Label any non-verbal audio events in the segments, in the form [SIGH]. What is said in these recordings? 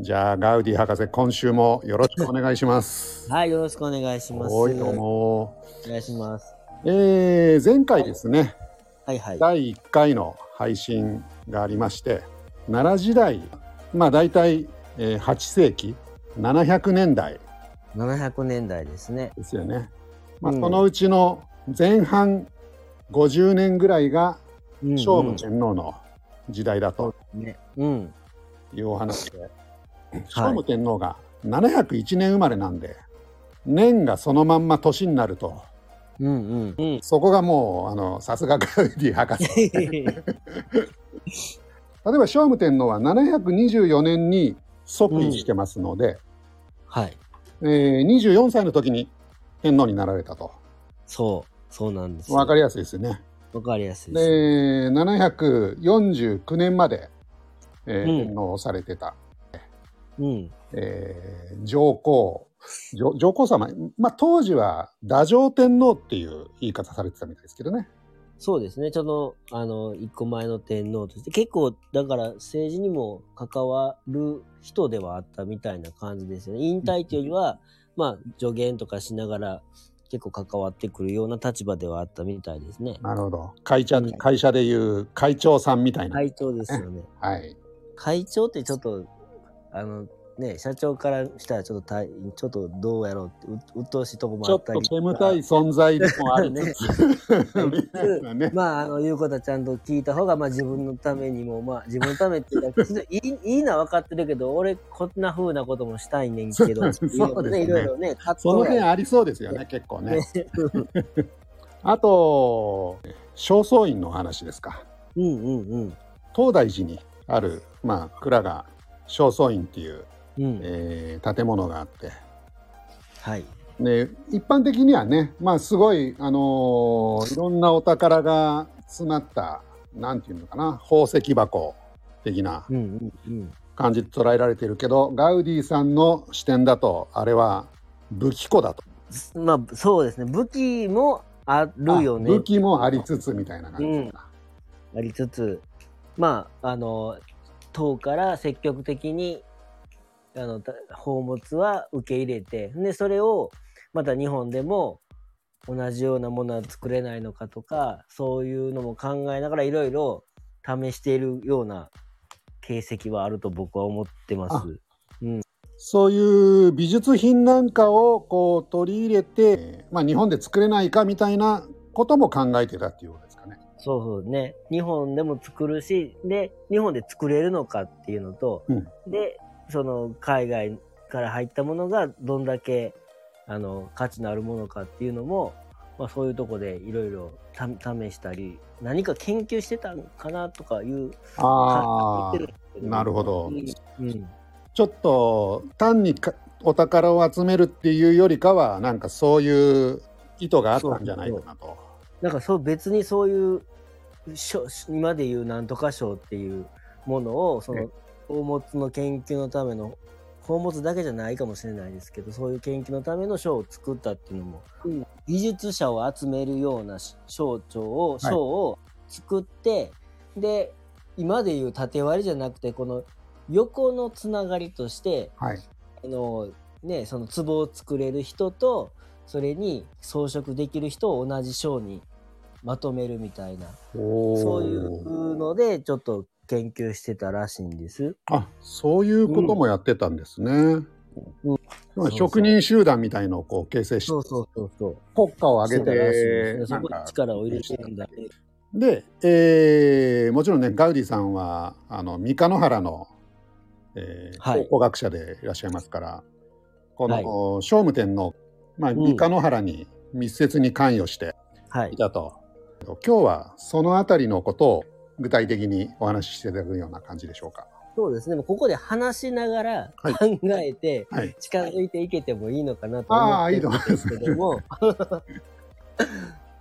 じゃあ、ガウディ博士、今週もよろしくお願いします。はい、よろしくお願いします。はい、どうも。お願いします。えー、前回ですね、はいはい。第1回の配信がありまして、奈良時代、まあ大体、えー8世紀、700年代700年代ですね。ですよね。まあ、うんそのうちの前半50年ぐらいが、うん聖武天皇の時代だとね。うん。いうお話で、聖武天皇が701年生まれなんで、年がそのまんま年になると。うんうん。うん。そこがもうあのさすがガウディ博士例えば聖武天皇は724年に即位してますので、 [LAUGHS] はい。えー24歳の時に天皇になられたとそう。そうなんですよ。分かりやすいですよね。わかりやすいです。で749年まで、えーうん天皇をされてた、うん。えー上皇上上皇様、まあ、当時は太上天皇っていう言い方されてたみたいですけどね。そうですね。ちょうど、あの、一個前の天皇として、結構、だから政治にも関わる人ではあったみたいな感じですよね。引退というよりは、まあ、助言とかしながら、結構関わってくるような立場ではあったみたいですね。なるほど会社うん会社でいう会長さんみたいな。会長ですよね。はい会長ってちょっとあのね社長からしたらちょっと大ちょっとどうやろうってう鬱陶しいとこもちょあっったとり煙たい存在でもありつつ、ね [LAUGHS] みたいなねまああの言うことはちゃんと聞いた方がまあ自分のためにもまあ自分のためっていうかいいいいのは分かってるけど俺こんな風なこともしたいねんけどそうっていの [LAUGHS] そうですねいろいろね葛その藤辺がありそうですよね、結構ね。ねあと、正倉院の話ですか。うんうんうん東大寺にある、まあ、蔵が正倉院っていう、うんえー建物があって、はいで一般的にはね、まあ、すごい、あのーいろんなお宝が詰まった、なんていうのかな、宝石箱的なうんうんうん感じで捉えられてるけど、ガウディさんの視点だと、あれは武器庫だと。まあそうですね武器もあるよねあ武器もありつつみたいな感じですか、ありつつまああの党から積極的にあのた宝物は受け入れてでそれをまた日本でも同じようなものは作れないのかとかそういうのも考えながらいろいろ試しているような形跡はあると僕は思ってます。そういう美術品なんかをこう取り入れて、まあ、日本で作れないかみたいなことも考えてたっていうことですかね。そうそうね。日本でも作るし、で、日本で作れるのかっていうのと、うんで、その海外から入ったものがどんだけ、あの、価値のあるものかっていうのも、まあそういうとこでいろいろた試したり、何か研究してたのかなとかいう、あ言ってあるんですけなるほどうん。うんちょっと単にかお宝を集めるっていうよりかはなんかそういう意図があったんじゃないかなと。なんかそう別にそういう賞今で言うなんとか賞っていうものをそえの宝物の研究のための宝物だけじゃないかもしれないですけどそういう研究のための賞を作ったっていうのも、技術者を集めるような賞長をはい賞を作って、で今で言う縦割りじゃなくてこの横のつながりとしてはい、あのねその壺を作れる人とそれに装飾できる人を同じ章にまとめるみたいなおーそういうのでちょっと研究してたらしいんです。あそういうこともやってたんですね。まあ職人集団みたいのをこう形成してそうそうそうそう。国家をして挙げたらしいんて、ですね。そこに力を入れてたんだ。で、えーもちろんねガウディさんはあの三河原の、えーはい考古学者でいらっしゃいますからこの、はい聖武天皇、まあ、ん三河原に密接に関与してはいい。たと、今日はそのあたりのことを具体的にお話ししていただくような感じでしょうか。そうですね。もうここで話しながらはい考えてはい、近づいていけてもいいのかなとあ思あっいいてとるん思いまですすけ。ども。 [LAUGHS]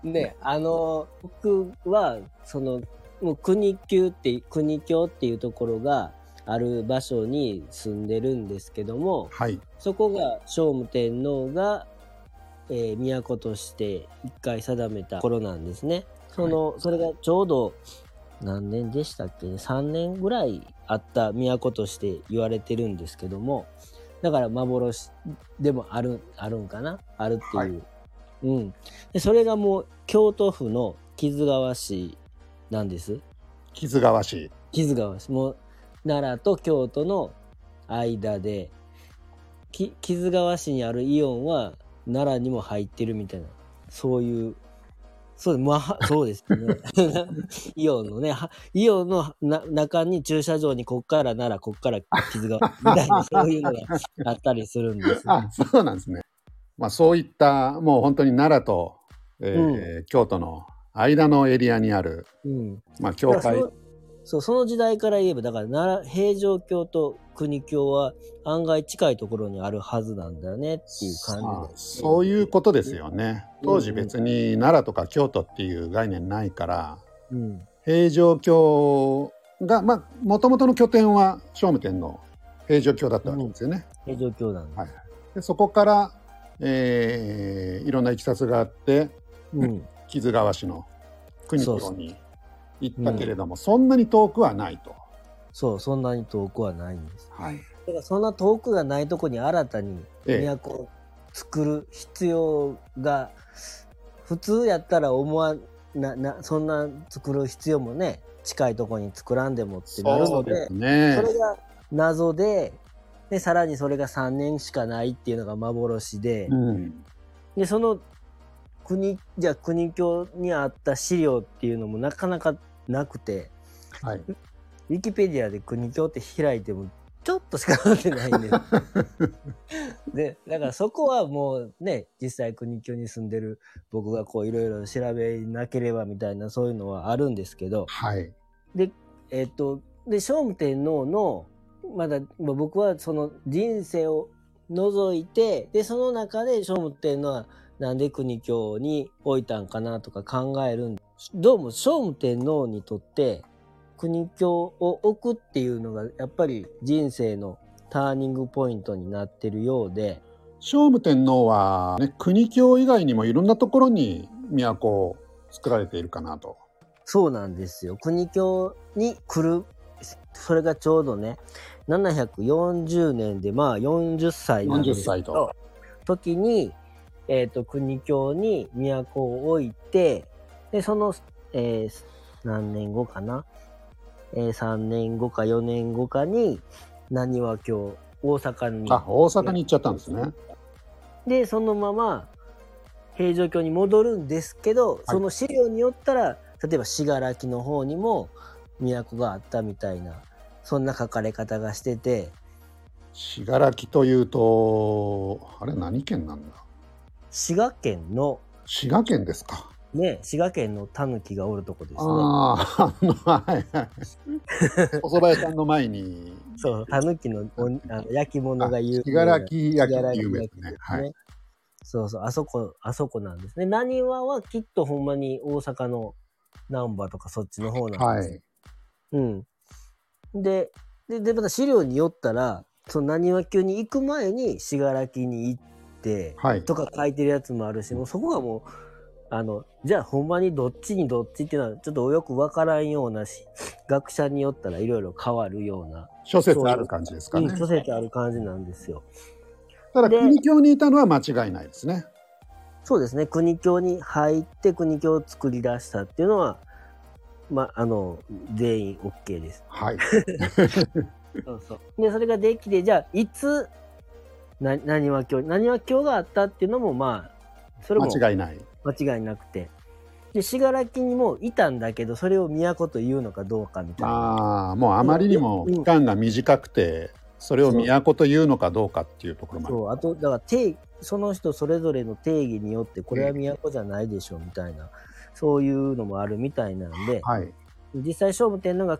ね、あの僕はそのもう国級って国境っていうところがある場所に住んでるんですけどもはい、そこが聖武天皇が、えー都として一回定めた頃なんですね。そのそれがちょうど何年でしたっけね3年ぐらいあった都として言われてるんですけどもだから幻でもあるあるんかなあるっていう、はいうんでそれがもう京都府の木津川市なんです木津川市。木津川市もう奈良と京都の間でき木津川市にあるイオンは奈良にも入ってるみたいなそういうそう,、まあ、そうですね [LAUGHS] イオンのねはイオンのな中に駐車場にこっから奈良こっから木津川みたいなそういうのがあったりするんですよあ、 [LAUGHS] そうなんですね。まあ、そういった、もう本当に奈良と、えー京都の間のエリアにある、うんまあ、教だから会そ。のそうその時代から言えばだから奈良平城京と国境は案外近いところにあるはずなんだよねっていう感じあでそういうことですよね。うん当時別に奈良とか京都っていう概念ないから、うん平城京が、まあ、もともとの拠点は聖武天皇、平城京だったわけですよね。平城京なんだ、はいでそこから、えーいろんないきさつがあって、うん木津川市の国そ々うに行ったけれども、そんなに遠くはないと。そうそんなに遠くはないんですはい。だからそんな遠くがないとこに新たにええ、都を作る必要が普通やったら思わななそんな作る必要もね近いとこに作らんでもってなるそのうでですねそ。れが謎ででさらにそれが3年しかないっていうのが幻で、うん、でその国じゃあ国境にあった資料っていうのもなかなかなくてはい。ウィキペディアで国境って開いてもちょっとしか載ってないんです。 [LAUGHS] でだからそこはもうね実際国境に住んでる僕がこういろいろ調べなければみたいなそういうのはあるんですけど、はい。で、えっと、で、聖武天皇の、まだ、まあ僕はその人生を除いて、で、その中で聖武天皇はなんで国境に置いたんかなとか考えるんどうも聖武天皇にとって国境を置くっていうのがやっぱり人生のターニングポイントになってるようで、聖武天皇は、ね、国境以外にもいろんなところに都を作られているかなと。そうなんですよ。国境に来る、それがちょうどね、740年で、まあ40歳なんで40すけ歳どと。、時に、えっ、と、国境に都を置いて、で、その、えー何年後かな、えー、3年後か4年後かに、何は今日、大阪に。あ、大阪に行っちゃったんですね。でそのまま平城京に戻るんですけど、その資料によったら例えば信楽の方にも都があったみたいなそんな書かれ方がしてて信楽というと、あれ何県なんだ滋賀県の滋賀県ですか。ね滋賀県のタヌキがおるとこですね。ああ、あの、はいはい。お蕎麦屋さんの前に。そうタヌキのおあの焼き物が有信名な楽焼きって有名ですね。はい。そうそう、あそこ、あそこなんですね。なにわはきっとほんまに大阪の難波とかそっちの方なんですはよい。うん。で、で、でまた資料によったら、その何わ級に行く前に信楽に行って、はい。とか書いてるやつもあるし、もうそこがもう、あの、じゃあほんまにどっちにどっちっていうのはちょっとよくわからんようなし、学者によったらいろいろ変わるような、諸説ある感じですかうんね。諸説ある感じなんですよ。ただで国境にいたのは間違いないですね。そうですね国境に入って国境を作り出したっていうのはまああの全員 OK です。はい。そうそうでそれができてじゃあいつな何は教何は教があったっていうのもまあそれも間間違いない。違いなくてで信楽にもいたんだけどそれを都というのかどうかみたいな。ああ、もうあまりにも期間が短くて、それを都というのかどうかっていうところまで。そうあとだから定その人それぞれの定義によってこれは都じゃないでしょみたいなそういうのもあるみたいなんで、はい。実際聖武天皇が、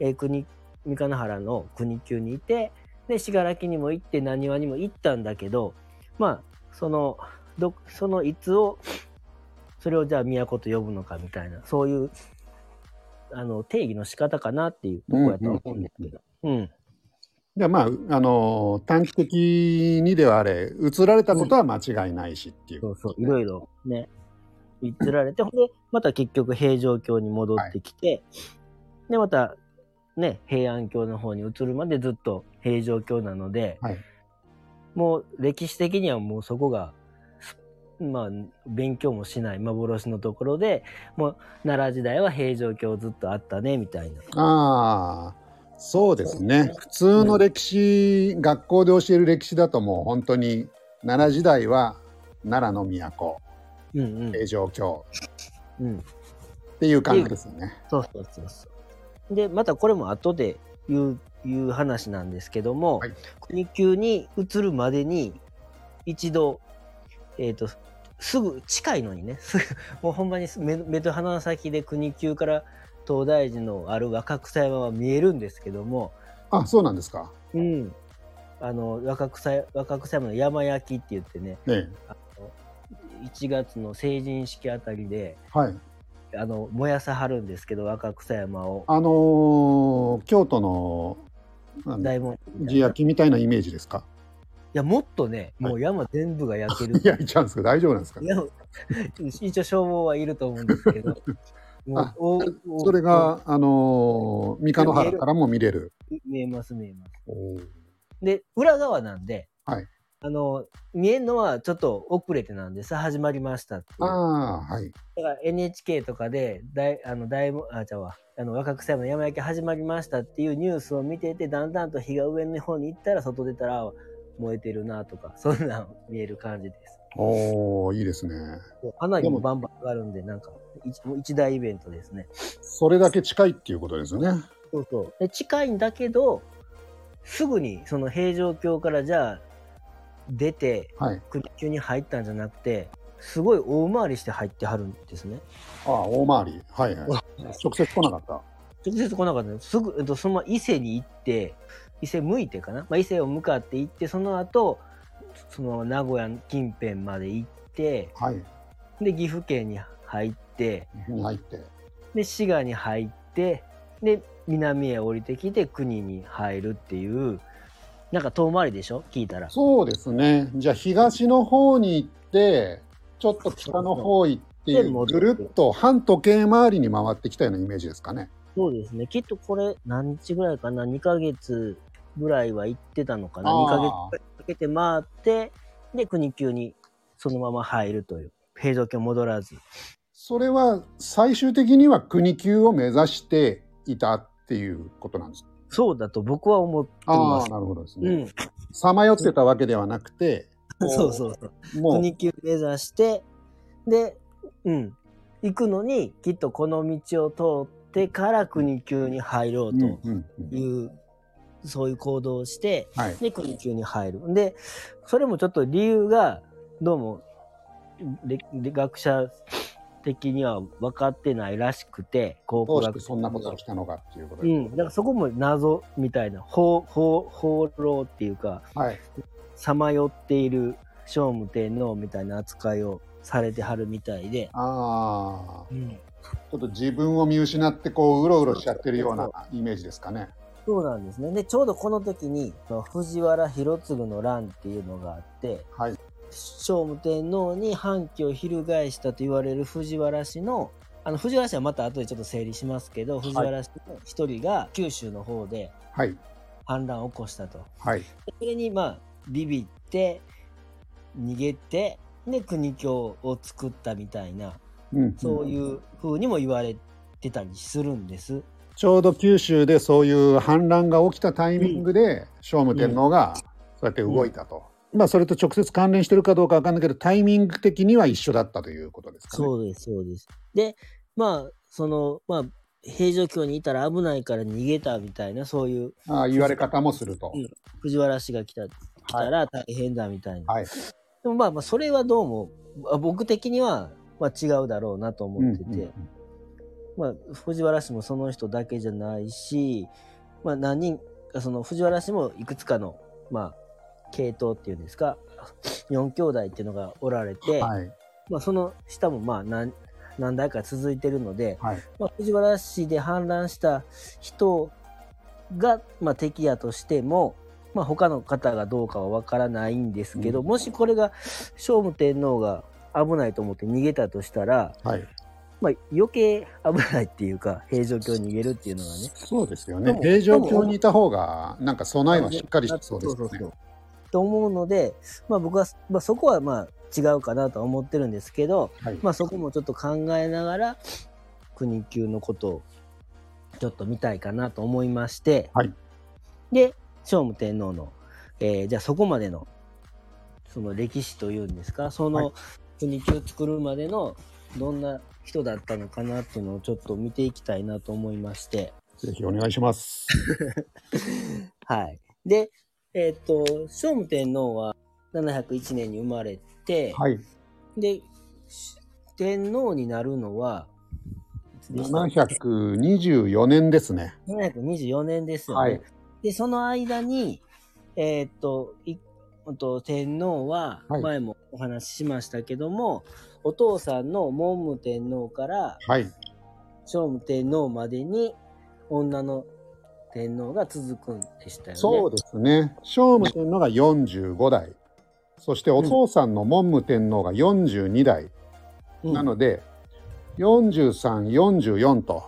えー国三日原の国級にいてで信楽にも行って浪速にも行ったんだけどまあそのどそのいつをそれをじゃあ都と呼ぶのかみたいなそういうあの定義の仕方かなっていうとこやとは思うんですけど。うんでまあ、あのー短期的にではあれ、移られたことは間違いないしっていう。そうそう、いろいろね、移られて、ほんで、また結局平城京に戻ってきて、で、また、ね、平安京の方に移るまでずっと平城京なので、はいもう歴史的にはもうそこが、すまあ、勉強もしない幻のところで、もう奈良時代は平城京ずっとあったね、みたいな。ああそうですね普通の歴史、学校で教える歴史だともう本当に奈良時代は奈良の都うん平城京うん。うん。っていう感じですよね。そうそうそうそう。で、またこれも後で言う、言う話なんですけども、はい国級に移るまでに、一度、えっ、と、すぐ近いのにね、 [LAUGHS] すぐ、もうほんまにす目目と鼻の先で国級から東大寺のある若草山は見えるんですけども、あそうなんですか。うん。あの、若草、若草山の山焼きって言ってね、ええ、 1月の成人式あたりで、はい。あの、燃やさはるんですけど、若草山を。あのー京都のなんだ大文字みたいな地焼きみたいなイメージですか。いや、もっとね、はいもう山全部が焼ける。焼いちゃうんですか。大丈夫なんですかい。や一応消防はいると思うんです [LAUGHS] けど。もうあおおそれがあのー三河原からも見れる。見えます見えます。おーで、裏側なんで、はいあの、見えるのはちょっと遅れてなんです。始まりましたっていう。だかああはい。ら NHK とかで、だいあの、大も、あ、ちゃうわ。あの、若草山の山焼き始まりましたっていうニュースを見てて、だんだんと日が上の方に行ったら、外出たら、あ燃えてるなとか、そんなん見える感じです。おおいいですね。花火でももバンバン上がるんで、なんか一、一大イベントですね。それだけ近いっていうことですよね。そうそう。で、近いんだけど、すぐにその平城京からじゃあ、出て、はい。国境に入ったんじゃなくて、すごい大回りして入ってはるんですね。ああ大回り。はいはい。直接来なかった。直接来なかったのすぐ、えっと、そのまま伊勢に行って、伊勢向いてかな、まあ、伊勢を向かって行って、その後、その名古屋近辺まで行って、はい。で、岐阜県に入って、に入って。で滋賀に入ってで南へ降りてきて国に入るっていうなんか遠回りでしょ聞いたらそうですね。じゃあ東の方に行って、ちょっと北の方行ってで戻ぐるるっと半時計回りに回ってきたようなイメージですかね。そうですねきっとこれ何日ぐらいかな2ヶ月ぐらいは行ってたのかなあー2ヶ月ぐらいかけて回ってで国級にそのまま入るという平城京戻らずそれは最終的には国級を目指していたっていうことなんですか。そうだと僕は思ってあまあ、すなるほどですうね。ん、さまよってたわけではなくて、 [LAUGHS] そうそうそうもう国級目指してでうん行くのにきっとこの道を通ってから国級に入ろうとうんうんうんいう、そういう行動をしてはい。で国級に入るでそれもちょっと理由がどうもれ学者的には分かってないらしくて考ど古うして学そんなことが来たのかっていうことうで。ん、だからそこも謎みたいな放放放浪っていうかはい。さまよっている聖武天皇みたいな扱いをされてはるみたいで、ああ、ちょっと自分を見失ってこううろうろしちゃってるようなイメージですかね。そうなんですねでちょうどこの時にその藤原広次の乱っていうのがあってはい。聖武天皇に反旗を翻したと言われる藤原氏のあの藤原氏はまた後でちょっと整理しますけど藤原氏の一人が九州の方ではい。反乱を起こしたと。はい。でそれにまあビビって逃げてで国境を作ったみたいなうんそういう風にも言われてたりするんです。ちょうど九州でそういう反乱が起きたタイミングで聖武天皇がそうやって動いたと、まあそれと直接関連してるかどうかわかんないけどタイミング的には一緒だったということですかね。そうです、そうです。で、まあ、その、まあ、平城京にいたら危ないから逃げたみたいな、そういうああ言われ方もすると。うん藤原氏が来た来たら大変だみたいな。はいでもまあまあ、それはどうも、あ僕的には、まあ、違うだろうなと思ってて、うんうんまあ、藤原氏もその人だけじゃないし、まあ、何人か、その藤原氏もいくつかの、まあ、系統っていうんですか、4兄弟っていうのがおられて、はいまあ、その下もまあ何何代か続いてるので、はいまあ、藤原氏で反乱した人が、まあ、敵やとしても、まあ、他の方がどうかは分からないんですけど、うんもしこれが聖武天皇が危ないと思って逃げたとしたらはいまあ、余計危ないっていうか、平城京に逃げるっていうのがね。そうですよねでも平城京にいた方がなんか備えはしっかりしてそうですそうよそうねそうと思うので、まあ、僕は、まあ、そこはまあ違うかなとは思ってるんですけど、はいまあ、そこもちょっと考えながら国級のことをちょっと見たいかなと思いまして、はいで聖武天皇の、えーじゃあそこまでのその歴史というんですかはその国級を作るまでのどんな人だったのかなっていうのをちょっと見ていきたいなと思いまして。ぜひお願いします。はい。で、えーっと、聖武天皇は701年に生まれて、はい、で、し天皇になるのは、いつでした724年ですね。 724年ですよね。はいで、その間に、えーっと、いうんと天皇ははい前もお話ししましたけども、お父さんの文武天皇からはい、聖武天皇までに女の天皇が続くんでしたよね。そうですね。聖武天皇が45代、そしてお父さんの文武天皇が42代、うんなので、43、44と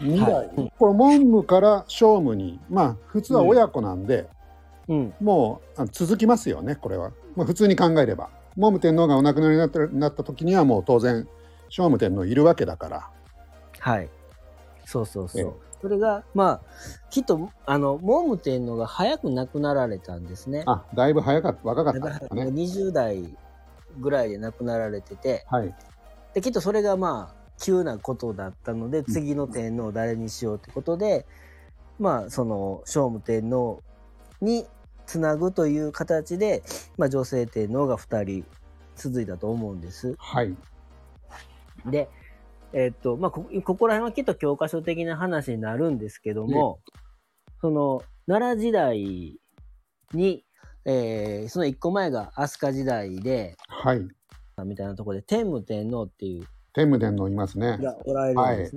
2代、はいうんこれ文武から聖武に、まあ普通は親子なんで、うん。もうあ続きますよね、これは。まあ、普通に考えれば。文武天皇がお亡くなりになったなった時にはもう当然聖武天皇いるわけだから。はい。そうそうそう。ええそれが、まあ、きっと、あの、文武天皇が早く亡くなられたんですね。あだいぶ早かった若かったんですかね。 20代ぐらいで亡くなられてて、はい、で、きっとそれがまあ、急なことだったので、次の天皇を誰にしようってことで、まあ、その、聖武天皇につなぐという形で、まあ、女性天皇が2人続いたと思うんです。はい、で、えーっと、まあこ、ここら辺はきっと教科書的な話になるんですけども、その、奈良時代に、えーその一個前が飛鳥時代で、はい。みたいなところで、天武天皇っていう天武天皇いますね。がおられるんです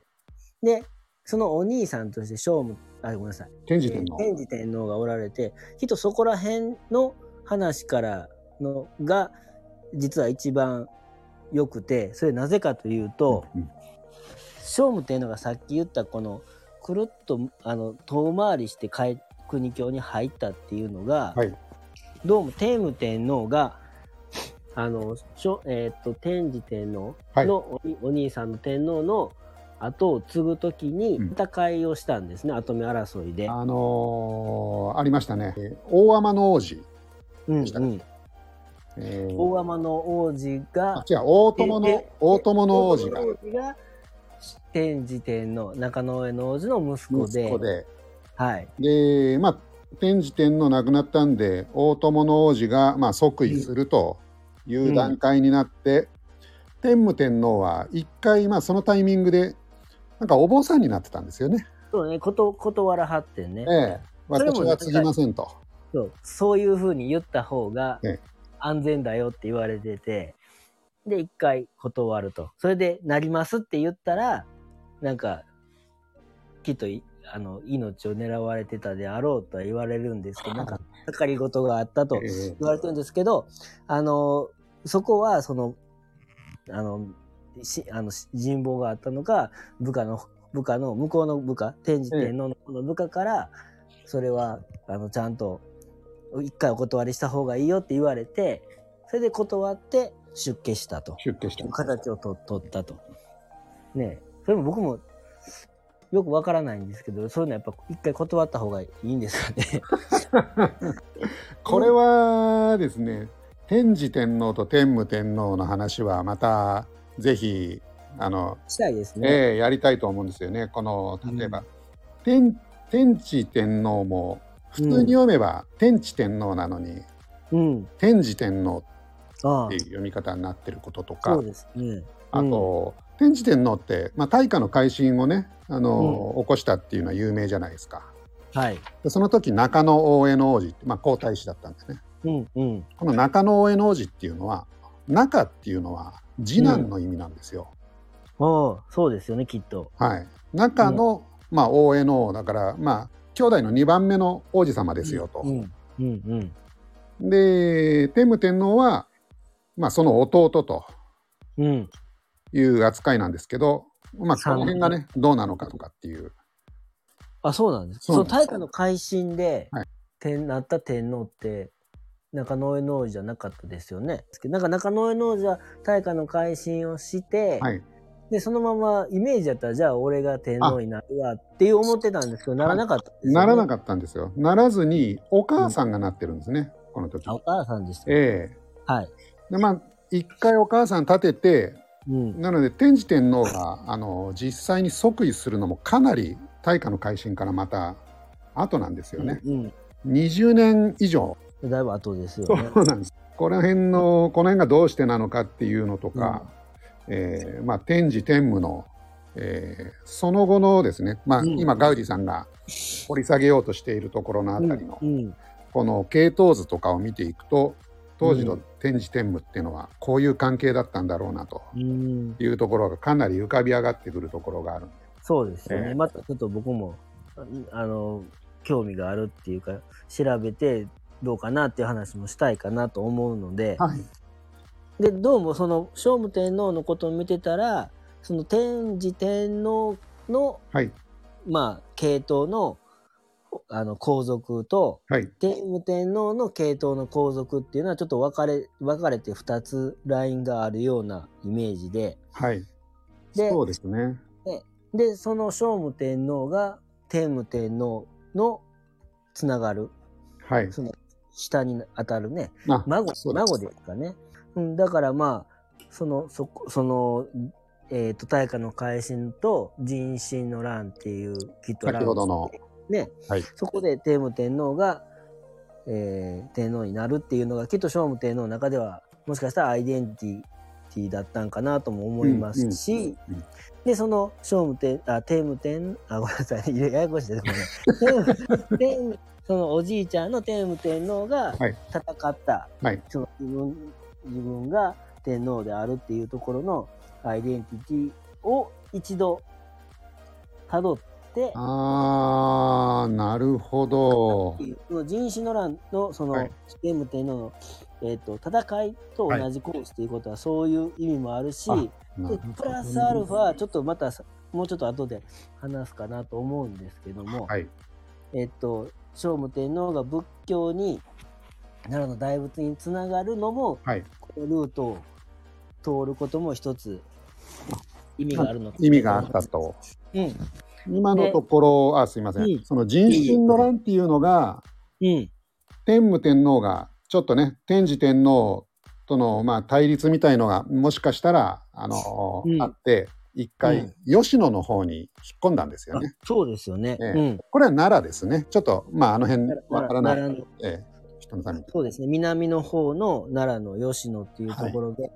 ね。で、そのお兄さんとして聖武、あ、ごめんなさい。天智天皇。天智天皇がおられて、きっとそこら辺の話からのが、実は一番良くて、それなぜかというと、うん聖武天皇がさっき言ったこのくるっとあの遠回りして帰国境に入ったっていうのが、はいどうも天武天皇があのしょ、えーっと天智天皇のお,、お兄さんの天皇の後を継ぐ時にうん戦いをしたんですね、跡目争いで。あのーありましたね。えー大天の王子。うんしたうん、えー大天の王子あが違う大友のえ大友の王子が大友の王子が天智天皇中野上の王子の息子で息子で、はい、でまあ天智天皇亡くなったんで大友の王子がまあ即位するというんう段階になって、天武天皇は一回まあそのタイミングでなんかお坊さんになってたんですよね。そうねこと断らはってね、ええ、それも私は継ぎませんと。そうそういうふうに言った方がええ安全だよって言われててで一回断るとそれで「なります」って言ったらなんかきっといあの命を狙われてたであろうとは言われるんですけどなんかかかり事があったとええ言われてるんですけど、あの、そこは、その、あの、しあのし人望があったのか、部下の、部下の、向こうの部下、天智天皇の方の部下から、それは、あの、ちゃんと、一回お断りした方がいいよって言われて、それで断って出家したと。出家したんです形をと取ったと。ねえそれも僕も、よくわからないんですけど、そういうのはやっぱ一回断った方がいいんですか [LAUGHS] ね。これはですね天智天皇と天武天皇の話はまたぜひあの、したいですね。ええやりたいと思うんですよねこの例えば、う天天智天皇も普通に読めば、天智天皇なのにうん。天智天皇あっあていう。読み方になってることとか、そうですね。あと、天智天皇って、まあ、大化の改新をねあの、起こしたっていうのは有名じゃないですか。はい。でその時中野大江の王子って、まあ、皇太子だったんですね。うんうん。この中野大江の王子っていうのは中っていうのは次男の意味なんですよ。ああ、そうですよね、きっと。はい、中の、まあ、大江の王だからまあ兄弟の2番目の王子様ですよと。うんうんうん。で天武天皇は、まあ、その弟とうん。いう扱いなんですけど、まあ、こ三の辺がね、どうなのかとかっていう。あ、そうなんです。そうなんそのです大化の改新で、はい天なった天皇って、中野江皇子じゃなかったですよね。ですけどなんか中野江皇子は大化の改新をして、はい。で、そのままイメージだったら、じゃあ俺が天皇になるわっていう思ってたんですけど、ならなかった、ならなかっかったんですよ。ならずに、お母さんがなってるんですね、この時。お母さんでした。ええはい。で、まあ、一回お母さん立てて、うん。なので、天智天皇が、あの、実際に即位するのもかなり大化の改新からまた後なんですよね。うん。 20年以上だいぶ後ですよそね。うなんです。この辺のこの辺がどうしてなのかっていうのとか、えーまあ天智天武の、えーその後のですね、まあ、うん今ガウディさんが掘り下げようとしているところのあたりの、うん。この系統図とかを見ていくと当時うのん天智天武っていうのはこういう関係だったんだろうなとうん。いうところがかなり浮かび上がってくるところがあるんでそうですよね。ええまたちょっと僕も、あの、興味があるっていうか、調べてどうかなっていう話もしたいかなと思うので、はい、で、どうもその、聖武天皇のことを見てたら、その天智天皇の、はいまあ、系統の、あの、皇族と、はい天武天皇の系統の皇族っていうのはちょっと分かれ、分かれて2つラインがあるようなイメージで、はいでそうですねでその聖武天皇が天武天皇のつながるはいその下に当たるねあ孫そうです孫ですかね、うん、だからまあそのそこそのえっ、と大化の改新と人心の乱っていうきっと乱先ほどのね、はいそこで天武天皇が、えー天皇になるっていうのがきっと聖武天皇の中ではもしかしたらアイデンティティだったんかなとも思いますし、うんうんでその聖武天あ天武天あごめんなさいややこしいですごめん天武天武そのおじいちゃんの天武天皇がはい戦った、はいその自分自分が天皇であるっていうところのアイデンティティを一度たどってあーなるほどっていうその人種の乱のそのはい天武天皇の、えー、と戦いと同じコースっていうことはそういう意味もあるし、あなるでほどプラスアルファちょっとまたさもうちょっと後で話すかなと思うんですけども、はいえっと聖武天皇が仏教に奈良の大仏につながるのもはいこのルートを通ることも一つ意味があるのか意味があったとうん今のところあすいません、うんその人心の乱っていうのがうん天武天皇がちょっとね天智天皇とのまあ対立みたいのがもしかしたらあの、うんあって一回、吉野の方に引っ込んだんですよあね。そうですよね、ええうんこれは奈良ですね。ちょっとまああの辺わからない、奈良のええ、人のためにそうですね南の方の奈良の吉野っていうところで、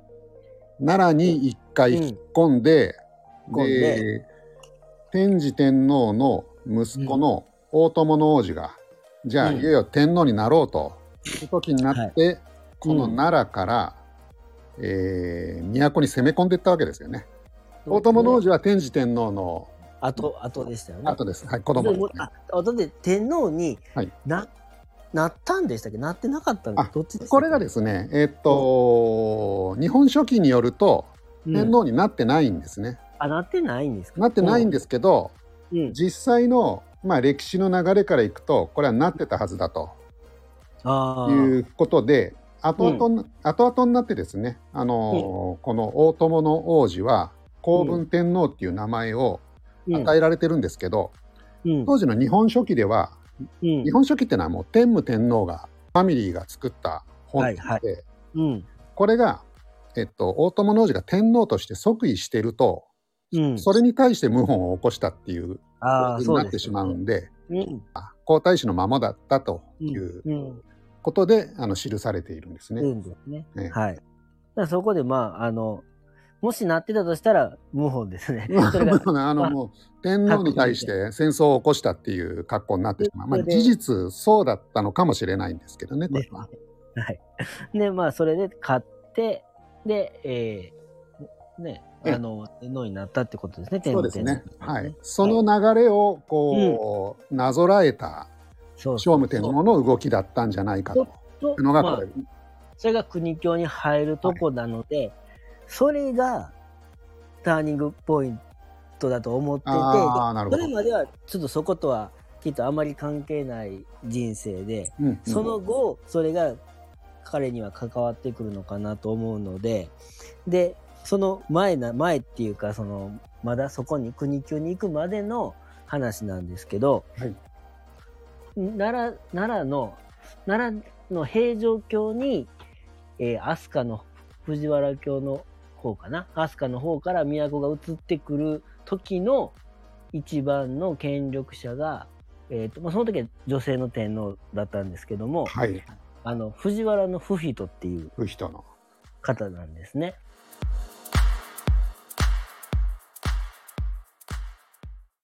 奈良に一回引っ込んで、うん引っ込んでで天智天皇の息子の大友の王子が、じゃあ、うんいよいよ天皇になろうという時になって、この奈良から、えー都に攻め込んでいったわけですよね。大友の王子は天智天皇のあとあとでしたよね後です。はい、子供です、ねあ。あだって天皇にはいな,、なったんでしたっけなってなかったんあどっちでしたっけこれがですね、えーっと、日本書紀によるとうん天皇になってないんですね。あなってないんですかなってないんでですけど、す、うん実際の、まあ、歴史の流れからいくとこれはなってたはずだとああいうことで後々,、後々になってですね、あのーこの大友の王子は皇文天皇っていう名前をうん与えられてるんですけど、うん当時の「日本書紀」ではうん日本書紀ってのはもう天武天皇がファミリーが作った本で、はいうんこれが、えっと、大友の王子が天皇として即位してると、うんそれに対して謀反を起こしたっていうああにそうなでっすてしまうんで。うん皇太子のままだったといううんことで、あの記されているんですうね。んですねねはいだからそこでまああのもしなってたとしたら謀反で [LAUGHS] すねまあそれがあのもう天皇に対して戦争を起こしたっていう格好になってしまう、まあ、事実そうだったのかもしれないんですけどねこれは、はい。 [LAUGHS] で、まあ、それで買って、で、えー、ね、ええあの、天皇になったってことですね、天そ皇うですね天皇はい。その流れをこう、なぞらえたそう聖武天皇の動きだったんじゃないかとというのがまこあれ、、それが国境に入るとこなので、それが、ターニングポイントだと思っていてあーなるほそどれまではちょっとそことはきっとあまり関係ない人生でうんうんその後それが彼には関わってくるのかなと思うのででその前な前っていうかそのまだそこに国級に行くまでの話なんですけど、はい奈良奈良の奈良の平城京に、えー飛鳥の藤原京の方かな飛鳥の方から都が移ってくる時の一番の権力者が、えーとまあ、その時は女性の天皇だったんですけどもはいあの藤原の不比人っていう不人の方なんですね。